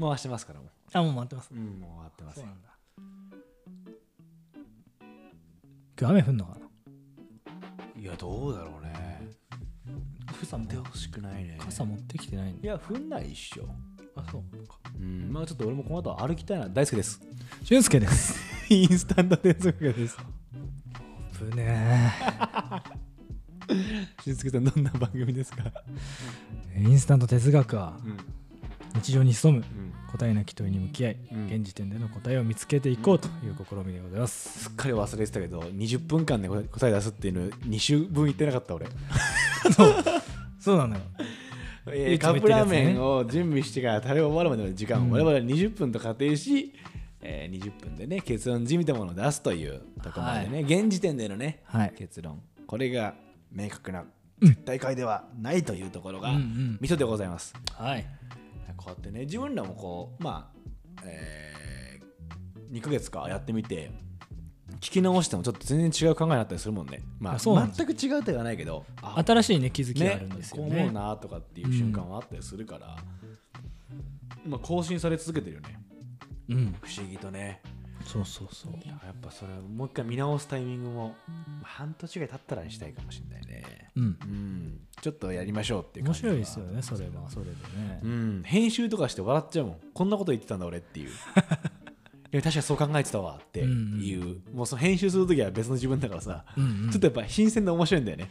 回してますからもあもう回ってますう、うん、もう終わってますそうよなんだ今日雨降んのかないやどうだろうね傘も降ってほしくないね傘持ってきてないんいでや降んないっしょあそううんまあちょっと俺もこの後歩きたいな大好きです俊介です インスタント哲学ですぶねしんすけさんどんな番組ですかえインスタント哲学はうん日常に潜むうん答えなき問いに向き合い、うん現時点での答えを見つけていこうという試みでございますすっかり忘れてたけど20分間で答え出すっていうの2週分言ってなかった俺そうなのよえーいつカッも言ってプるラやーつねメンを準備してからタレを終わるまでの時間をうん我々は20分と仮定し、えー20分でね結論じみたものを出すというところまでね、現時点でのねはい結論これが明確な絶対解ではないというところがうんうんミソでございます、はいこうやってね自分らもこうまあ、え2ヶ月かやってみて聞き直してもちょっと全然違う考えになったりするもんねまああそうなんです全く違うとは言わないけどあ新しいね気づきがあねるんですこうよ思ねうなとかっていう瞬間はあったりするから、まあ、更新され続けてるよねうん不思議とねそうそうそういややっぱそれもう一回見直すタイミングもまあ半年ぐらい経ったらにしたいかもしれないねうんうんちょっとやりましょうっていう面感じ白いですよねそれれはそれでねうん編集とかして笑っちゃうもんこんなこと言ってたんだ俺 っていういや確かにそう考えてたわっていう、もうその編集する時は別の自分だからさ、うんうんちょっとやっぱ新鮮で面白いんだよね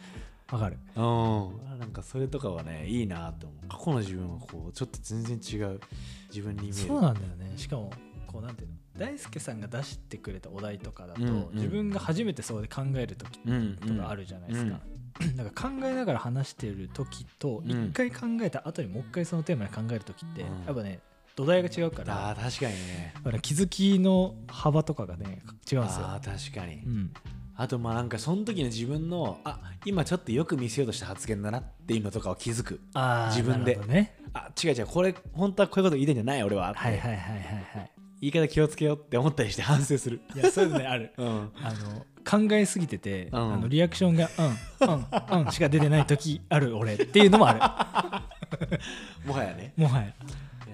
わかるうん、なんかそれとかはねいいなと思う過去の自分はこうちょっと全然違う自分に見えるそうなんだよねしかもこうなんていうの大輔さんが出してくれたお題とかだと、うんうん自分が初めてそうで考える時うんとかあるじゃないですか、 なんか考えながら話してる時とうん一回考えた後にもう一回そのテーマで考える時って、うんやっぱね土台が違うかうんらあー確かにねだから気づきの幅とかがね違うんですよあ。ー確かに、うん、あとまあなんかその時の自分のあ今ちょっとよく見せようとした発言だなっていうのとかを気づくあー自分でなるほどね。あ違う違うこれ本当はこういうこと言いたいんじゃない俺は、はいはいはいはい はい。言い方気をつけようって思ったりして反省するいやそういうのねある。うんあの考えすぎてて、うんあのリアクションがうんうんうんしか出てない時ある俺っていうのもあもはやねる。もはや。い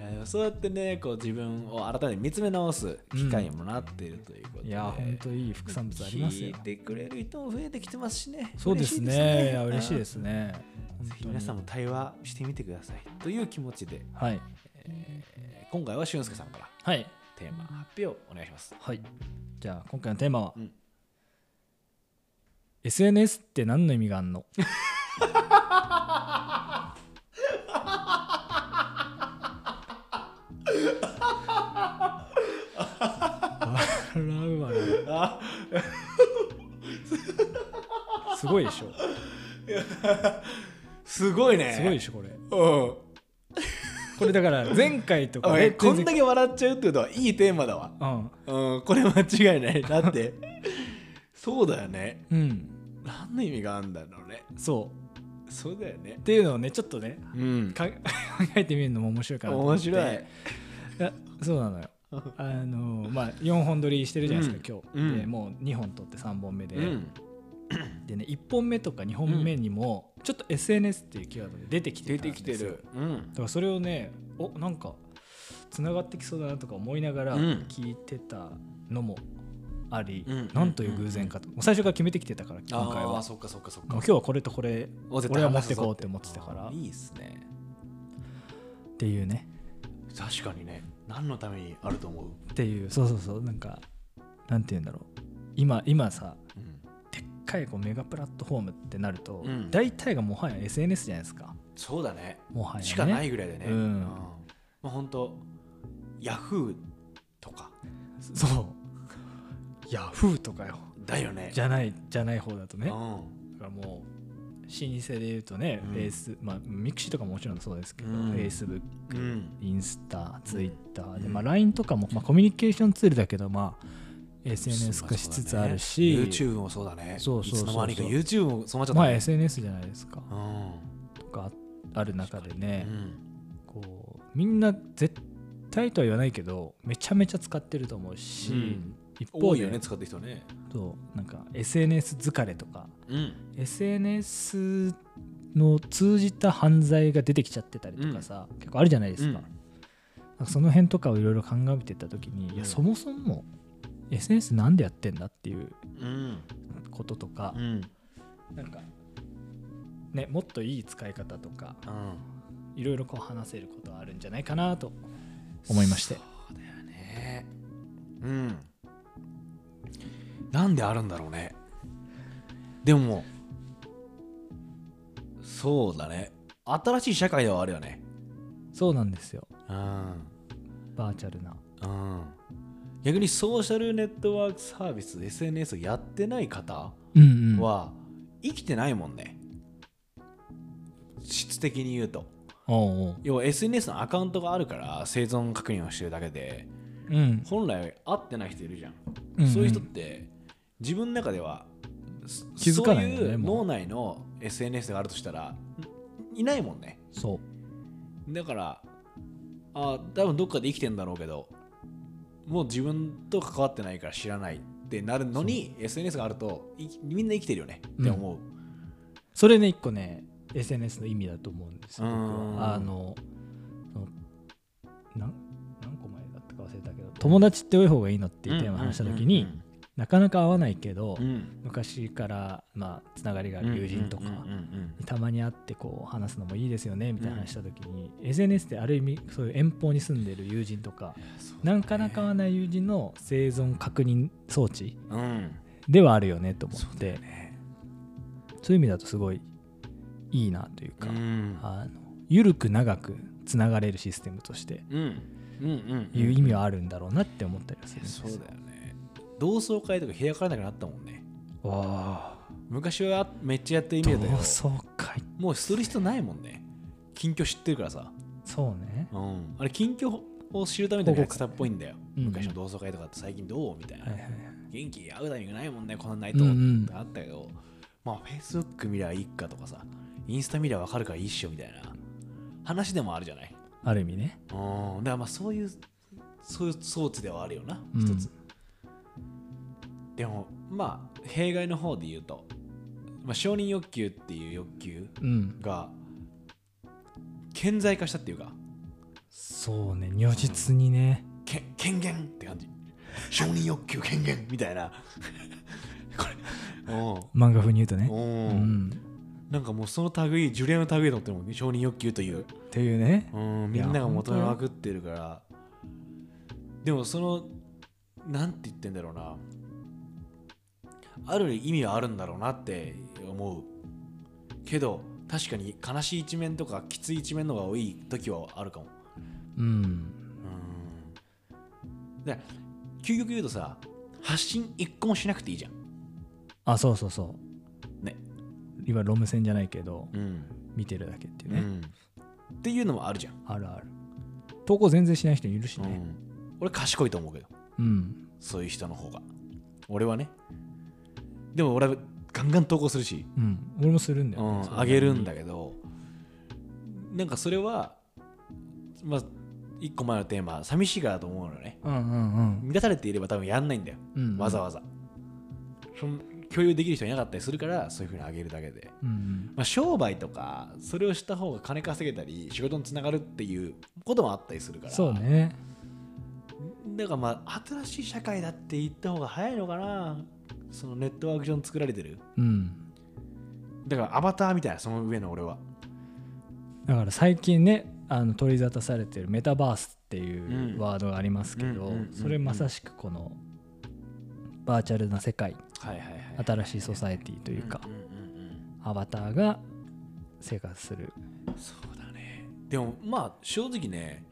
やでもそうやってねこう自分を改めて見つめ直す機会にもなっているということで、いや本当いい副産物ありますよ聞い。てくれる人も増えてきてますしね。そうですね。いや嬉しいですすね。うんぜひ皆さんも本対話してみてくださいという気持ちで、当にはいえー今回は俊介さんからはいテーマ発表をお願いします。はい。じゃあ今回のテーマは、うん SNS って何の意味があんの？笑うわねあすごいでしょ すごいね。すごいでしょこれょ。これだから前回とうんかあえこんだけけ笑っちゃうってことはいいテーマだわ。うんうん、これ間違いない。だって、 そうだよね。うん何の意味があるんだろうね。そうそうだよねっ。ていうのをねちょっとねうん。か 考えてみるのも面白いかなと思面って白い。やそうなの よあのまあ4本撮りしてるじゃないですか、うん今日、うでんもう2本撮って3本目で、うん。でね1本目とか2本目にもちょっと SNS っていうキーワードで出てきて出たんてできすてよる。うんだ。からそれをねおなんかつながってきそうだなとか思いながらうん聞いてたのもあり、うんなんという偶然かと、もう最初から決めてきてたから今回あはもあ、うそっかそっかそっ今か。日はこれとこれ俺は持ってこうって思ってたからっいいっすねていうね確かにね何のためにあると思う、っていうそうそうそうなんかなんて言うんだろう今今さうん、でっかいこうメガプラットフォームってなると、うん大体がもはや SNS じゃないですかそうだねもはや、ね、しかないぐらいでね、うんまあ本当ヤフーとかそうヤフーとかよだよねじゃゃないじゃない方だとねね、だうかんらもう老舗で言うとね、うんフェイスまあミクシーとかももちろんそうですけど、うフんェイスブッうクんインスタツイッターで、うんまあ、LINE とかも、まあ、コミュニケーションツールだけどまあ SNS 化しつつあるし、そうだね YouTube もそうだねそうそうそうそうつの間にか YouTube もそうなっちゃったまあね、 SNS じゃないですかうんとかある中でね、うんこうみんな絶対とは言わないけどめちゃめちゃ使ってると思うし、うん一方多いでよね使ってる人ねそうなんか SNS 疲れとかうん SNS の通じた犯罪が出てきちゃってたりとかさ、結構あるじゃないですか、うんなんかその辺とかをいろいろ鑑みてた時に、いうんやそもそも SNS なんでやってんだっていううんこととかう、んなんかねもっといい使い方とかうんいろいろこう話せることはあるんじゃないかなと思いましてそうだよねうんなんであるんだろうねでもそうだね新しい社会ではあるよねそうなんですようんバーチャルなうん逆にソーシャルネットワークサービス SNS をやってない方うんうんは生きてないもんね、質的に言うとおうおう要は SNS のアカウントがあるから生存確認をしてるだけでうん本来会ってない人いるじゃん、うんうんそういう人って自分の中ではそ気づかないよねそういうも脳う内の SNS があるとしたらいないもんねそうだからあ多分どっかで生きてんだろうけどもう自分と関わってないから知らないってなるのに SNS があるといみんな生きてるよねって思う、それね一個ね SNS の意味だと思うんですよ僕うんはあのそのなん何個前だったか忘れたけど友達って多い方がいいのっていうテーマを話した時になかなか会わないけど、うんうん昔からまあつながりがあうんる友人とか、うんうんうんたまに会ってこう話すのもいいですよねみたいな話した時に、SNS ってある意味そういう遠方に住んでる友人とか、なかなか会わない友人の生存確認装置うんうんではあるよねと思そうっだてよねそういう意味だとすごいいいなというか、うんあの緩く長くつながれるシステムとしてうんうんうんいう意味はあるんだろうなって思ったりはするんですそうだよね同窓会とか開かれなくなったもんねわあ昔はめっちゃやってる意同味だけど窓会もうする必要ないもんね近況知ってるからさ、そうねうん、あれ近況を知るためにやってたっぽいんだよ、うん昔の同窓会とかって最近どうみたいな、はいはいはい元気会うタイミングないもんねこんなナイトうんうんってあったけど、まあ Facebook 見りゃいいかとかさインスタ見りゃわかるからいいっしょみたいな話でもあるじゃないある意味ねうんだからまあそういうそういう装置ではあるよなうん一つ、でもまあ弊害の方で言うと、まあ、承認欲求っていう欲求うんが顕在化したっていうかそうね如実にねけ権限って感じ承認欲求権限みたいな これお漫画風に言うとねううおう、んなんかもうその類ジュレの類だと思ってるもんね承認欲求というっていうねうん、みんなが求めまくってるからでもそのなんて言ってんだろうなある意味はあるんだろうなって思うけど確かに悲しい一面とかきつい一面の方が多い時はあるかもうんうんだから究極言うとさ発信一個もしなくていいじゃんあそうそうそうね今ロム線じゃないけどうん、見てるだけっていうねね、っていうのもあるじゃん、あるある投稿全然しない人いるしうねん俺賢いと思うけどうん、そういう人の方が。俺はね。でも俺はガンガン投稿するし、うん俺もするんだうよ、ねんそれあげるんだけど、なんかそれは、まあ、一個前のテーマ、寂しいからだと思うのね。うんうんうん満たされていれば多分やんないんだよ、うんわざわざ。その共有できる人いなかったりするから、そういうふうにあげるだけで。うんまあ、商売とか、それをした方が金稼げたり、仕事につながるっていうこともあったりするかうんら。そうねだからまあ新しい社会だって言った方が早いのかなそのネットワーク上に作られてるうんだからアバターみたいなその上の俺はだから最近ねあの取り沙汰されてるメタバースっていうんうワードがありますけうんうどんうんうんそれまさしくこのバーチャルな世界はいはいはい新しいソサエティとというかアバターが生活するそうだねでもまあ正直ね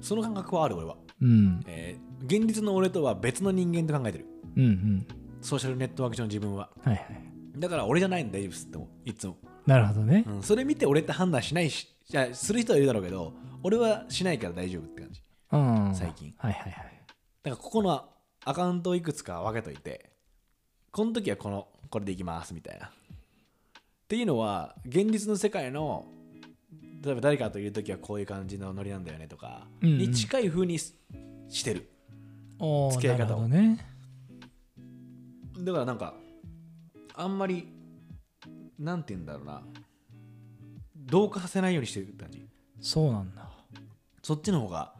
その感覚はある俺は、うんえー現実の俺とは別の人間と考えてるうんうんソーシャルネットワーク上の自分ははいはいだから俺じゃないんだ大丈夫ですって思ういつも、なるほどねうん、それ見て俺って判断しないしじゃあする人はいるだろうけど俺はしないから大丈夫って感じうん最近はいはいはいだからここのアカウントをいくつか分けといてこの時はこのこれでいきますみたいなっていうのは現実の世界の例えば誰かといる時はこういう感じのノリなんだよねとかうんうんに近い風にししてるおー付き合い方をなるほどねだからなんかあんまりなんて言うんだろうな同化させないようにしてるって感じそうなんだそっちの方が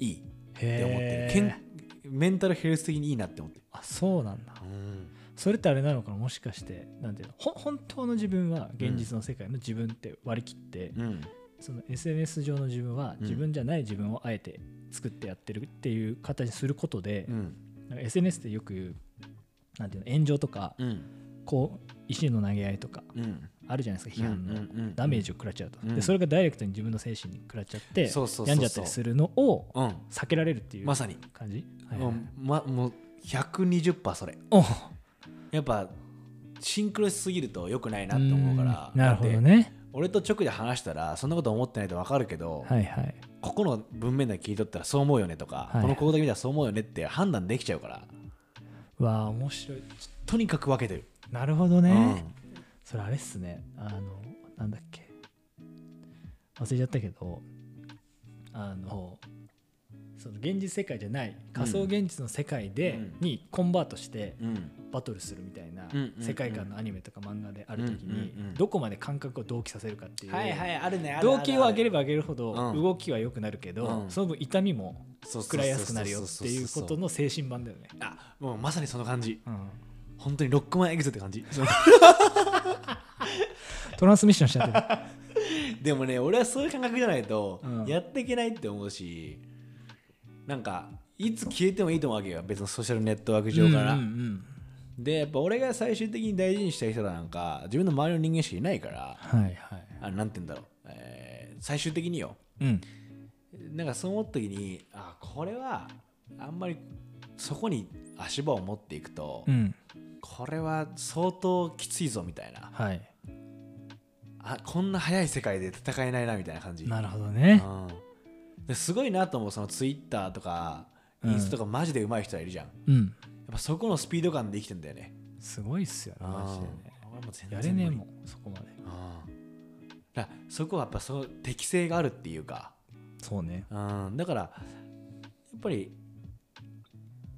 いいっへて思ってるえけんメンタルヘルス的にいいなって思ってる、あそうなんだうんそれってあれなのかなもしかしてなんていうのほ本当の自分は現実の世界の自分って割り切って、うん、その SNS 上の自分はうん自分じゃない自分をあえて作ってやってるっていう形にすることで、うんなんか SNS ってよく言うなんていうの炎上とか、うんこう石の投げ合いとかうんあるじゃないですか批判の、うんうんうんダメージを食らっちゃうと、うんでそれがダイレクトに自分の精神に食らっちゃってそうそうそうそう病んじゃったりするのをうん避けられるっていうまさに、感じ、はいはういんま、もう120%それおやっぱシンクロしすぎると良くないなって思うからんなるほどだってね俺と直で話したらそんなこと思ってないと分かるけど、はいはいここの文面だけ聞いとったらそう思うよねとか、はいこの行動だけ見たらそう思うよねって判断できちゃうからわあ面白いとにかく分けてる、なるほどね、うんそれあれっすねあのなんだっけ忘れちゃったけどあのその現実世界じゃない仮想現実の世界で、うんにコンバートしてうんバトルするみたいなうんうんうん世界観のアニメとか漫画である時にうんうんうんどこまで感覚を同期させるかっていうはいはいあるねある動機を上げればば上げるほどうん動きは良くなるけどうんその分痛みも食らいやすくなるよっていうことの精神版だよね。あもうまさにその感じうん本当にロックマンエグゼって感 じそのトランスミッションしちゃってるでもね俺はそういう感覚じゃないとうんやっていけないって思うし、なんかいつ消えてもいいと思うわけよ別のソーシャルネットワーク上から、うんうんうんでやっぱ俺が最終的に大事にしたい人らなんか自分の周りの人間しかいないからはいはい。あなんて言うんだろう、えー最終的にようんなんかそう思った時にあこれはあんまりそこに足場を持っていくと、うんこれは相当きついぞみたいなはい、あこんな早い世界で戦えないなみたいな感じなるほどね。うんですごいなと思うそのツイッターとかうんインスタとかマジで上手い人はいるじゃん、やうん、っぱそこのスピード感で生きてんだよねすごいっすよね、マジでね。うん俺も全然やれねえもん、そこまで。うんだからそこはやっぱその適性があるっていうか、そうね。うん、だからやっぱり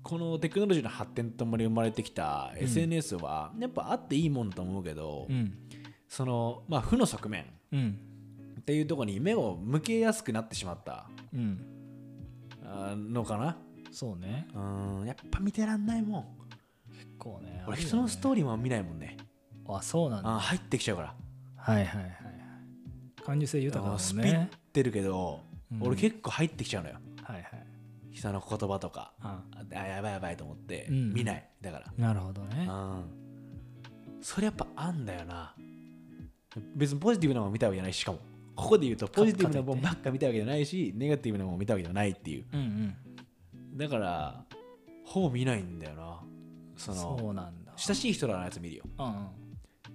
このテクノロジーの発展とともに生まれてきたん SNS はやっぱあっていいもんだと思うけど、うん、そのまあ負の側面うん、っていうところに目を向けやすくなってしまったうん、あーのかなそうね。うんやっぱ見てらんないもん結構ね。俺人のストーリリーも見ないもんねー。あ、そうなんあーだ。入ってきちゃうからはいはいはい。感受性豊かあーだスもんピっね。てるけど、うん俺結構入ってきちゃうのよはいはい。人の言葉とかあああやばいやばいと思ってうん見ない、だからなるほどね。うんそれやっぱあんだよな別にポジティブなもん見たわけじゃないししかもここで言うとポジティブなもんばっか見たわけじゃないしネガティブなもん見たわけじゃないっていううんだからほぼ見ないんだよなうそん。のそうなんだ。親しい人らのやつ見るようんうん。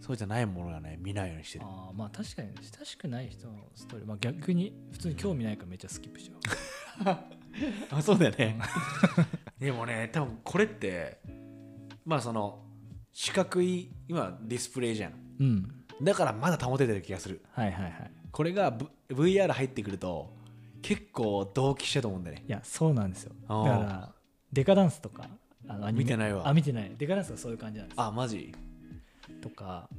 そうじゃないものはね見ないようにしてるあーまあ確かに親しくない人のストーリー、まあ、逆に普通に興味ないからめっちゃスキップしちゃう。あそうだよね でもね多分これってまあその四角い今ディスプレイじゃん うん。だからまだ保ててる気がするはいはいはい。これが、v、VR 入ってくると結構同期してると思うんだよねいやそうなんですよだあかーらデカダンスとかあのアニメ見てないわあ見てないデカダンスはそういう感じなんですあマジとか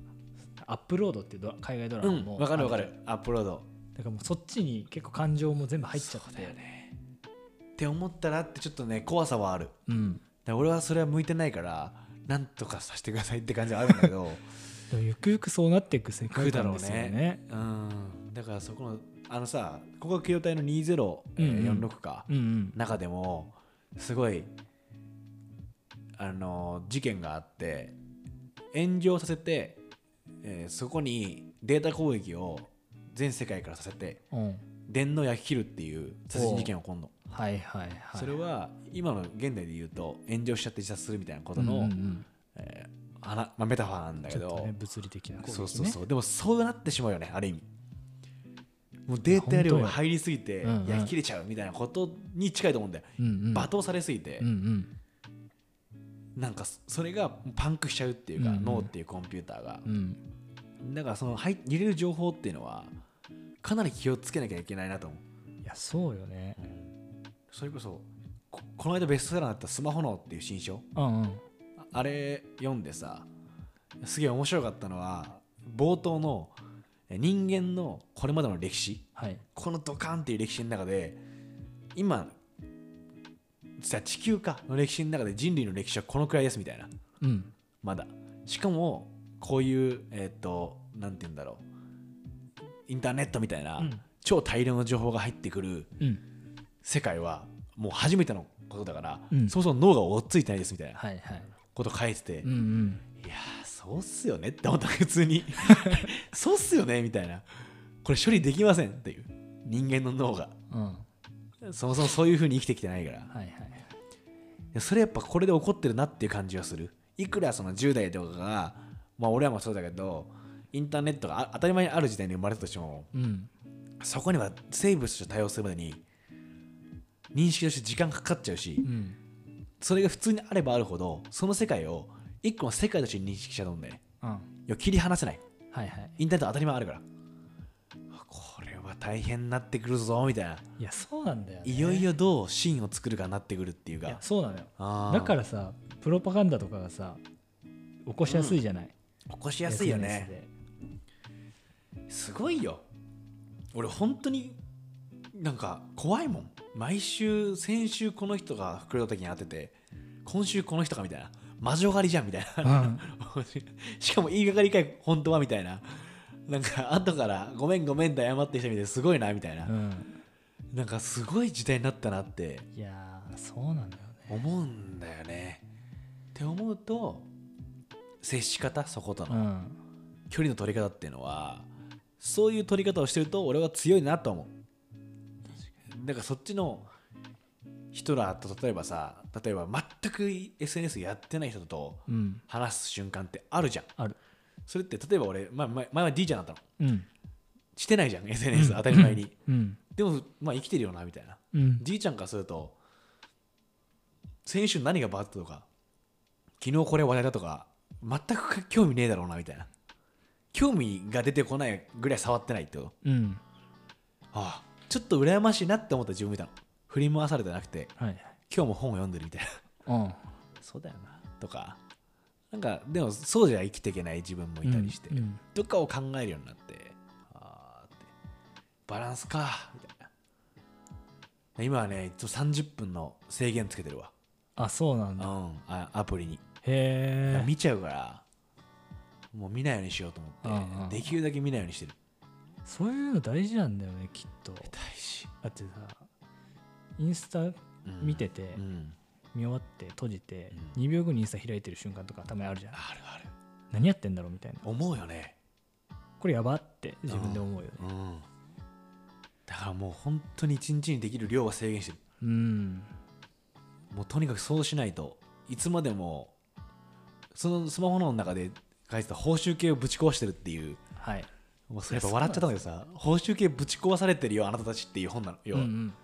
アップロードっていうドラ海外ドラうマんもわかるわかあるアップロードだからもうそっちに結構感情も全部入っちゃっそてうだよねって思ったらってちょっとね怖さはあるだかうんら俺はそれは向いてないからなんとかさせてくださいって感じはあるんだけ どでもゆくゆくそうなっていく世界観ですよ来ねるだうんだからそこのあのさここが機動隊の2046か、うんうん中でもすごいあの事件があって炎上させて、えーそこにデータ攻撃を全世界からさせてうん電脳焼き切るっていう殺人事件を今度はいはいはいそれは今の現代で言うと炎上しちゃって自殺するみたいなことうんうのんうんえーはなまあメタファーなんだちけょっとど、ね物理的な攻撃ねそうそうそうでもそうなってしまうよねある意味もうデータ量が入りすぎていや本当ようんうん焼き切れちゃうみたいなことに近いと思うんだよ、うんうん罵倒されすぎて、うんうんなんかそそれがパンクしちゃうっていうか、うんうん脳っていうコンピューターがう、んだからその入入れる情報っていうのはかなり気をつけなきゃいけないなと思う、いやそうよねそれこそここの間ベストセラーになった「スマホ脳」っていう新書うんうんああれ読んでさすげえ面白かったのは冒頭のえ人間のこれまでの歴史はいこのドカンっていう歴史の中で今さ地球かの歴史の中で人類の歴史はこのくらいですみたいなうんまだしかもこういうえっ、となんて言うんだろうインターネットみたいな、うん超大量の情報が入ってくるうん世界はもう初めてのことだから、うんそもそも脳が追っついてないですみたいなはいはいこと書いてて、うんいうんやーそうっすよねって思った普通 にそうっすよねみたいなこれ処理できませんっていう人間の脳がうんはそもそもそういう風に生きてきてないからいはいでそれやっぱこれで怒ってるなっていう感じはするいくらその10代とかがまあ俺らもそうだけどインターネットがあ当たり前にある時代に生まれたとしてもうんそこには生物として対応するまでに認識として時間かかっちゃうしうんそれが普通にあればあるほどその世界を一個の世界として認識しちゃうんでいうんや切り離せないはいはいインターネット当たり前あるからこれは大変になってくるぞみたいないやそうなんだよ、ね、いよいよよどうシーンを作るかになってくるっていういやかそうなのよあーだからさプロパガンダとかがさ起こしやすいじゃない、起こしやすいよね SNS ですごいよ俺本当になんか怖いもん毎週先週この人が袋叩きに当てて今週この人がみたいな魔女狩りじゃんみたいな、 うんしかも言いがかりかい本当はみたいななんか後からごめんごめんって謝ってきたみたいですごいなみたいな、うんなんかすごい時代になったなっていやーそうなんだよね思うんだよねって思うと接し方そことの、うん距離の取り方っていうのはそういう取り方をしてると俺は強いなと思うだからそっちの人らと例えばさ例えば全く SNS やってない人とうん話す瞬間ってあるじゃんあるそれって例えば俺、まあ、前前は D ちゃんだったのうんしてないじゃん SNS 当たり前にうんでもまあ生きてるよなみたいなうん、 D ちゃんからすると先週何がバズったとか昨日これ話題だとか全く興味ねえだろうなみたいな興味が出てこないぐらい触ってないってことうん、ああちょっと羨ましいなって思った自分見たの振り回されてなくてはいはい今日も本を読んでるみたいなうんそうだよな とかなんかでもそうじゃ生きていけない自分もいたりして、うんうんどっかを考えるようになってあーってバランスかみたいな今はねいつも30分の制限つけてるわあそうなんうだん、あアプリに、へえ見ちゃうからもう見ないようにしようと思って、うんうんできるだけ見ないようにしてるそういうの大事なんだよねきっと大事、だってさインスタうん見てて、うん、見終わって閉じて、う2秒後にインスタ開いてる瞬間とかたまにあるじゃんあるある何やってんだろうみたいな思うよね、これやばって自分で思うよねうん、だからもう本当に一日にできる量は制限してるうんもうとにかくそうしないといつまでもそのスマホの中で書いてた報酬系をぶち壊してるっていうはいもうそれやっぱ笑っちゃったんだけどさ報酬系ぶち壊されてるよあなたたちっていう本なのよ、うんうん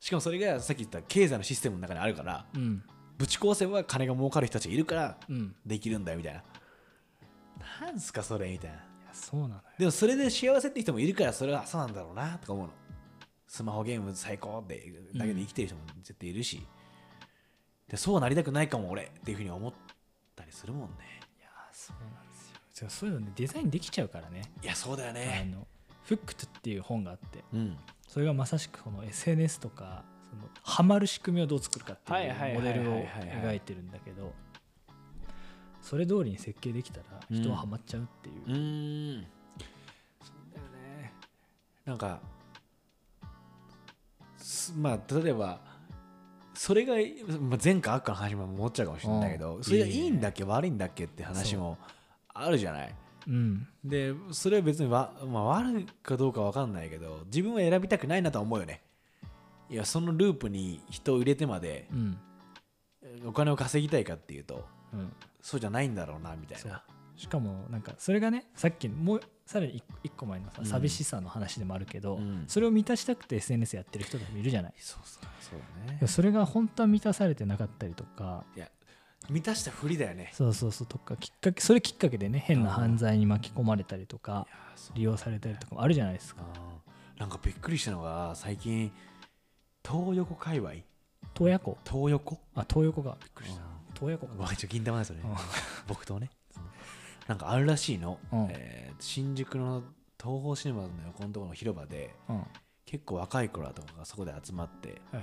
しかもそれがさっき言った経済のシステムの中にあるからうんぶち壊せば金が儲かる人たちがいるからうんできるんだよみたいな。なんすかそれみたいな。いやそうなのよでもそれで幸せって人もいるからそれはそうなんだろうなとか思うの。スマホゲーム最高ってだけで生きてる人も絶対いるし、でそうなりたくないかも俺っていうふうに思ったりするもんね。いやそうなんですよじゃあそういうのねデザインできちゃうからねいやそうだよあね。のフックトっていう本があってうん。それがまさしくこの SNS とかそのハマる仕組みをどう作るかってはいいはういモはいはいはデいルを描いてるんだけどそれ通りに設計できたら人はハマっちゃうっていうう、ーん。そうだよね。なんか、すまあ例えば、それが、まあ、前か悪かの話も持っちゃうかもしれないけど、うんそれがいいんだっけ悪いんだっけって話そうもあるじゃない。うん、で、それは別にわ、まあ、悪いかどうか分かんないけど、自分は選びたくないなとは思うよね。いや、そのループに人を入れてまでうんお金を稼ぎたいかっていうと、うん、そうじゃないんだろうなみたいそうな。しかもなんかそれがねさっきのもうさらに一個一個前のさうん寂しさの話でもあるけど、うんそれを満たしたくて SNS やってる人とかもいるじゃないそうそうそうだねでも。それが本当は満たされてなかったりとかいや満たしたふりだよねそうそうそうとかきっかけそれきっかけでね変なうん犯罪に巻き込まれたりとか利用されたりとかもあるじゃないですかあーなんかびっくりしたのが最近東横界隈洞爺湖東横あ東横がびっくりした洞爺湖ごかめんちょ銀玉ですよねうん僕とねなんかあるらしいの、うんえー新宿の東宝シネマズの横のところの広場でうんは結構若い子らとかがそこで集まっていはい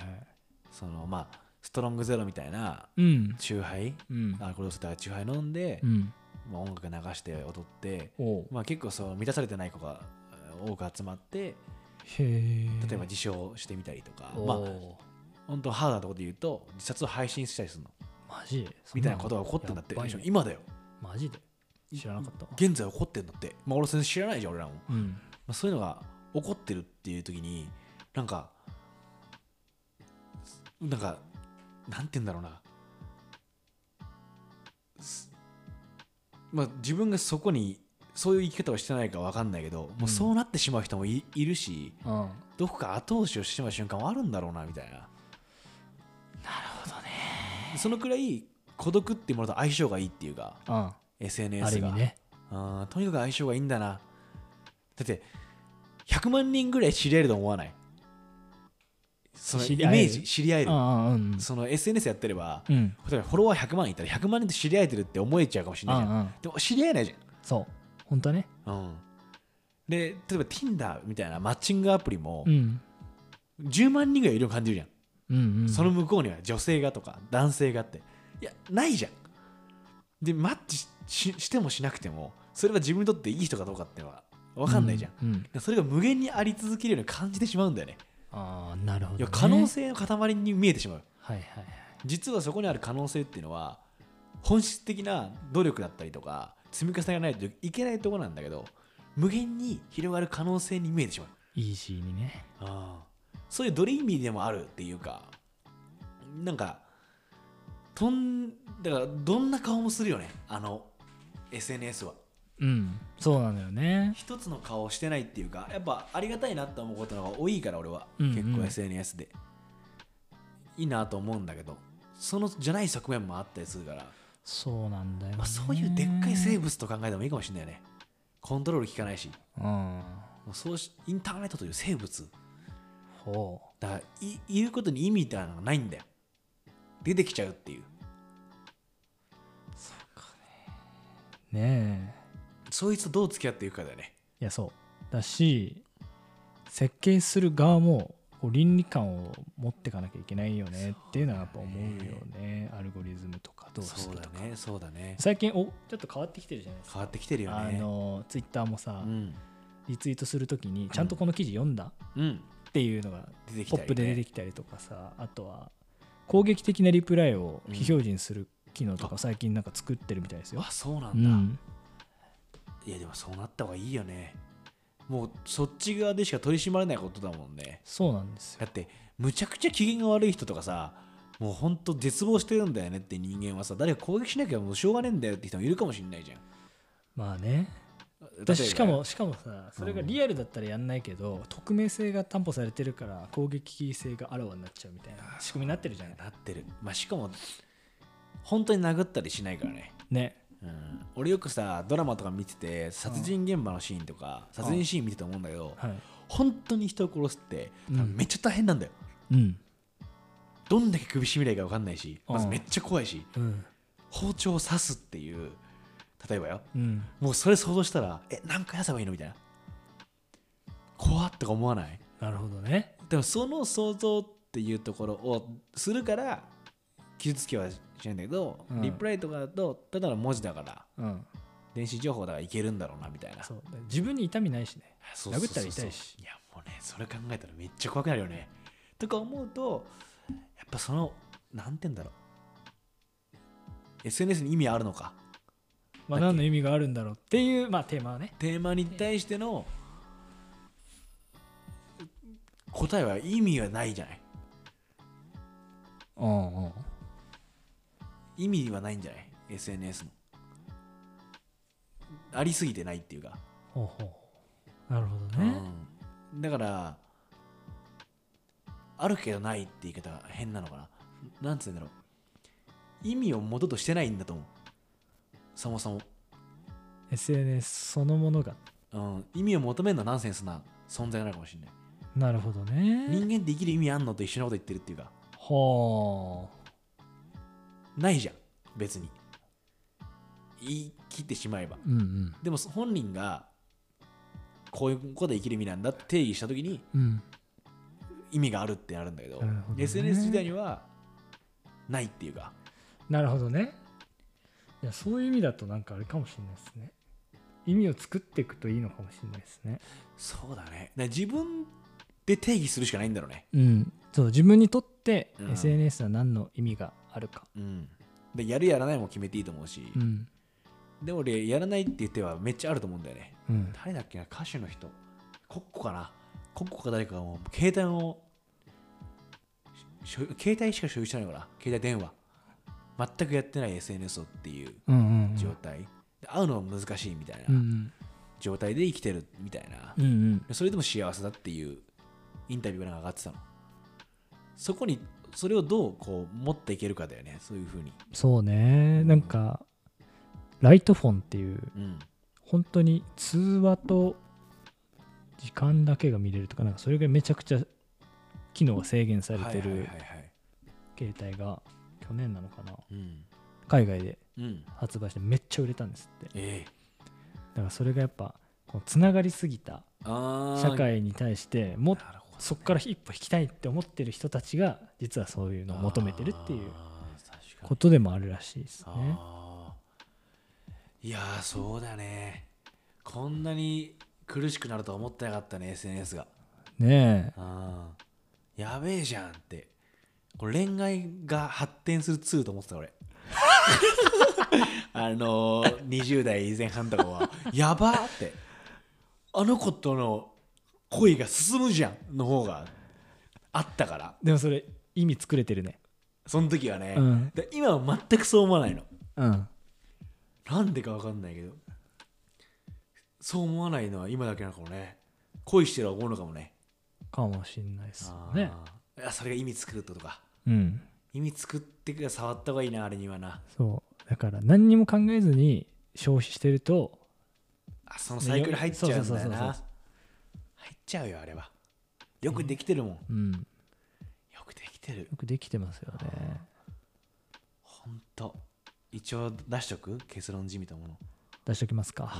そのまあストロングゼロみたいなうんチューハイうんアルコールを吸ったらチューハイ飲んで、うんまあ、音楽流して踊って、おうまあ、結構そう満たされてない子がえー多く集まってへえ例えば自傷してみたりとか、おまあう本当ハードなところで言うと自殺を配信したりするのマジみたいなことが起こってんだってやばいね今だよマジで知らなかったわ現在起こってんだって、まあ、俺全然知らないじゃん俺らも、まうんあ、そういうのが起こってるっていう時になんかなんかなんて言うんだろうなすまあ自分がそこにそういう生き方をしてないかわかんないけど、うもうんそうなってしまう人もいいるしうんなるどこか後押しをしてしまう瞬間はあるんだろうなみたいなほどねそのくらい孤独っていうものと相性がいいっていうかうんあ SNS る意が味ねあーとにかく相性がいいんだなだって100万人ぐらい知り合えると思わないそのイ知メり合えーるジ知り合えるうんうんうんその SNS やってればうん例えばフォロワー100万いたら100万人と知り合えてるって思えちゃうかもしれうないじゃんんうんでも知り合えないじそう本当はねゃん、うん、で例えば Tinder みたいなマッチングアプリもうん10万人ぐらいいるの感じるじゃんうんうんその向こうには女性がとか男性がっていやないじゃんでマッチしししてもしなくてもそれは自分にとっていい人かどうかってのは分かんないじゃん、ううんそれが無限にあり続けるように感じてしまうんだよねああなるほいどねや可能性の塊に見えてしまうはいはいはい実はそこにある可能性っていうのは本質的な努力だったりとか積み重ねがないといけないところなんだけど無限に広がる可能性に見えてしまうイージーにねああそういうドリーミーでもあるっていうかなんかとんだからどんな顔もするよねあの SNS はうんそうなのよね一つの顔をしてないっていうかやっぱありがたいなって思うことの方が多いから俺は、うんうん結構 SNS でいいなと思うんだけどそのじゃない側面もあったりするから、そうなんだよ、ねまあ、そういうでっかい生物と考えてもいいかもしれないねコントロール効かないしうんもうそうしインターネットという生物ほだからいいることに意味みたいなのがないんだよ出てきちゃうっていううねえそいつとどう付き合っていくかだよねいやそうだし設計する側もこう倫理観を持ってかなきゃいけないよねっていうのはやっぱ思うよねアルゴリズムとかどうすそうるだとか、ねそうだね最近おちょっと変わってきてるじゃないですか変わってきてるよあねのツイッターもさ、うん、リツイートするときにちゃんとこの記事読んだうん、っていうのが出てきポたり、ね、ップで出てきたりとかさあとは攻撃的なリプライを非表示にする機能とか最近なんか作ってるみたいですよあ。そうなうんだ、ん、いやでもそうなった方がいいよねもうそっち側でしか取り締まれないことだもんねそうなんですよ。だってむちゃくちゃ機嫌が悪い人とかさもうほんと絶望してるんだよねって人間はさ誰か攻撃しなきゃもうしょうがねえんだよって人もいるかもしれないじゃんまあね例えば私しかもしかもさそれがリアルだったらやんないけど、匿名性が担保されてるから攻撃性があらわになっちゃうみたいな仕組みになってるじゃないなってるまあしかも本当に殴ったりしないからねねうん、俺よくさドラマとか見てて殺人現場のシーンとか、殺人シーン見てて思うんだけど、はい本当に人を殺すって、うんめっちゃ大変なんだようんどんだけ首絞めりゃいいか分かんないしまずうんめっちゃ怖いしうん包丁を刺すっていう例えばようんもうそれ想像したらえ何回刺せばいいのみたいな怖っとか思わないなるほどねでもその想像っていうところをするから傷つきはしないんだけど、うんリプライとかだとただの文字だからうん電子情報だからいけるんだろうなみたいなそう自分に痛みないしねそうそうそう殴ったら痛いしいやもうねそれ考えたらめっちゃ怖くなるよねとか思うとやっぱそのなんて言うんだろう SNS に意味あるのかまあ何の意味があるんだろうっていうまあテーマはねテーマに対しての答えは意味はないじゃないうんうん意味はないんじゃない SNS のありすぎてないっていうかほうほうなるほどねうんだからあるけどないって言い方が変なのかななんつうんだろう意味を元としてないんだと思うそもそも、 SNS そのものがうん、意味を求めるのはナンセンスな存在なのかもしれないなるほどね人間って生きる意味あんのと一緒なこと言ってるっていうかほないじゃん別に言い切ってしまえばううんでも本人がこういうことで生きる意味なんだって定義した時にうんうん意味があるってなるんだけどなるほどね SNS 時代にはないっていうかなるほどねいやそういう意味だとなんかあれかもしれないですね意味を作っていくといいのかもしれないですねそうだねだから自分で定義するしかないんだろうねうんそう自分にとってうん SNS は何の意味があるかうんでやるやらないも決めていいと思うし、うんでも俺やらないっていう手はめっちゃあると思うんだよねうん誰だっけな歌手の人コッコかなコッコか誰かがもう携帯をし所携帯しか所有してないのかな携帯電話全くやってない SNS をっていううんうん状態、で会うのは難しいみたいな、うん状態で生きてるみたいなうんう、んでそれでも幸せだっていうインタビューがなんか上がってたのそこにそれをどうこう持っていけるかだよねそういうふうに、そうねなんかライトフォンっていううん、本当に通話と時間だけが見れるとかなんかそれがめちゃくちゃ機能が制限されてはいはいるはいはい携帯が去年なのかなうん海外でうん発売してめっちゃ売れたんですってええだからそれがやっぱこうつながりすぎたあー社会に対してもっなるほどそこから一歩引きたいって思ってる人たちが実はそういうのを求めてるっていうあー確かにことでもあるらしいですね。あーいやーそうだねこんなに苦しくなるとは思ってなかったね SNS がねえあーやべえじゃんってこれ恋愛が発展する2と思ってた 俺あのー、20代前半とかはやばーってあの子との恋が進むじゃんの方があったからでもそれ意味作れてるね。その時はね、うんで今は全くそう思わないのうん、なんでかわかんないけどそう思わないのは今だけなのかもね恋してるは思うのかもねかもしんないですよね。あーあそれが意味作るってことかうん、意味作ってくら触った方がいいなあれにはなそうだから何にも考えずに消費してるとあそのサイクル入っちゃうんだよそうそうそうそうなそう入っちゃうよあれはよくできてるもん、ようん、よくできてるくできてますよね。ほんと一応出しとく結論じみたもの、出しときますか。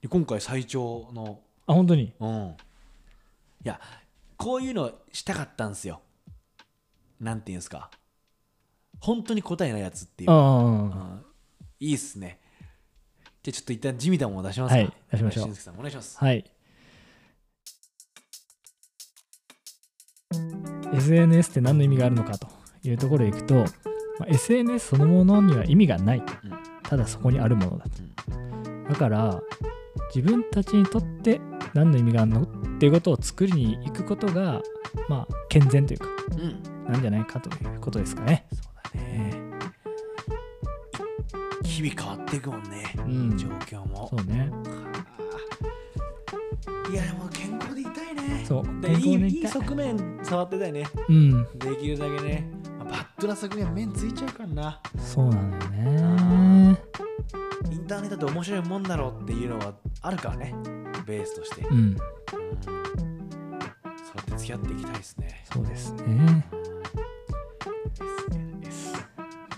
で今回最長のあ本当にうんいやこういうのしたかったんすよなんていうんですか本当に答えないやつっていうあかうあんいいっすねじゃあちょっと一旦地味だもんを出しますかはい出しましょう俊介さんお願いしますはい。SNS って何の意味があるのかというところへ行くと、まあ SNS そのものには意味がない、うんただそこにあるものだと、だから自分たちにとって何の意味があるのっていうことを作りに行くことがまあ健全というかうんなんじゃないかということですかね、そうだね日々変わっていくもんねうん状況もそうねいやでも健康でいたいねそうで健康でいたいいいい側面触ってたいねうんできるだけね、まあバッドな側面面ついちゃうからなそうなんだよねインターネットって面白いもんだろうっていうのはあるからねベースとして、ううんんそうやって付き合っていきたいですねそうですねうん SNS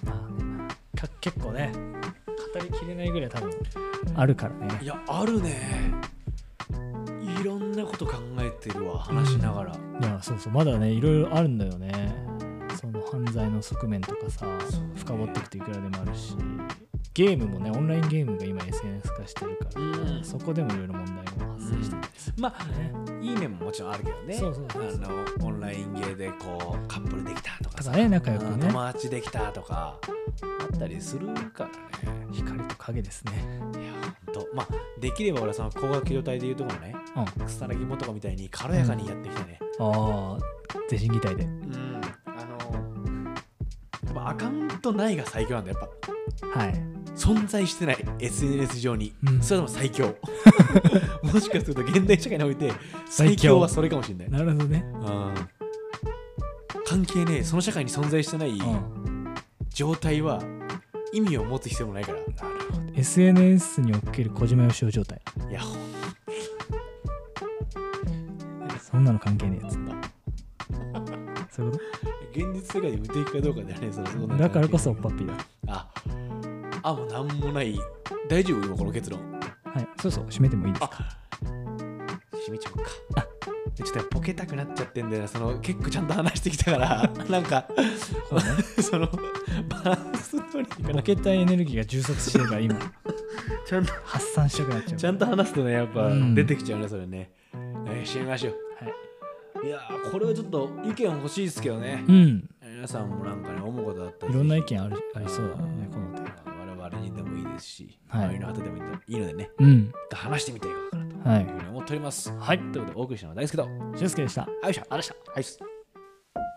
まあねまあか結構ね語りきれないぐらい多分あるからいねやあるねいろんなこと考えてるわ話しながら、いやそうそうまだねいろいろあるんだよねその犯罪の側面とかさ、そうね深掘っていくといくらでもあるしゲームもねオンラインゲームが今 SNS 化してるから、うんそこでもいろいろ問題が発生してたりする、まあねいい面ももちろんあるけどねそうそうそうそうあのオンラインゲーでこうカップルできたとかたさだね仲良くうんね友達できたとかあったりするからね光と影ですねいやほんとまあできれば俺はその高額機動隊でいうところねうんあ草薙素子みたいに軽やかにやってきたねあ全身擬態でうん、あのやっぱアカウントないが最強なんだやっぱはい存在してない SNS 上に、うんそれでも最 強もしかすると現代社会において最強はそれかもしれないなるほどねうん関係ねえその社会に存在してないうん状態は意味を持つ必要もないから、 SNS における小島よしお状態いやほんそんなの関係ねえやつとそういうこ現実世界で無敵かどうかだよねそのそとだからこそパッピーだああもうなんもない大丈夫今この結論はい、そうそう、閉めてもいいですか。あしみちゃおうかでちょっとやっぱボケたくなっちゃってんだよなその結構ちゃんと話してきたから なんかそうね そのバランス取りに行かボなきゃケたいエネルギーが充足してるから 今ちゃんと発散したくなっちゃうちゃんと話すとねやっぱうん出てきちゃうねそれね、えー、締めましょうはい、いやーこれはちょっと意見欲しいですけどね、うん皆さんもなんかね思うことだったいりろんな意見あるありそうだねこの手我々にでもいいですし、はい周りの方でもいいのでねうん話してみたいことかなとはいいうふうに思っておりますはいということでお送りしたのは大好きだ俊介でしたあいしょあらしたはい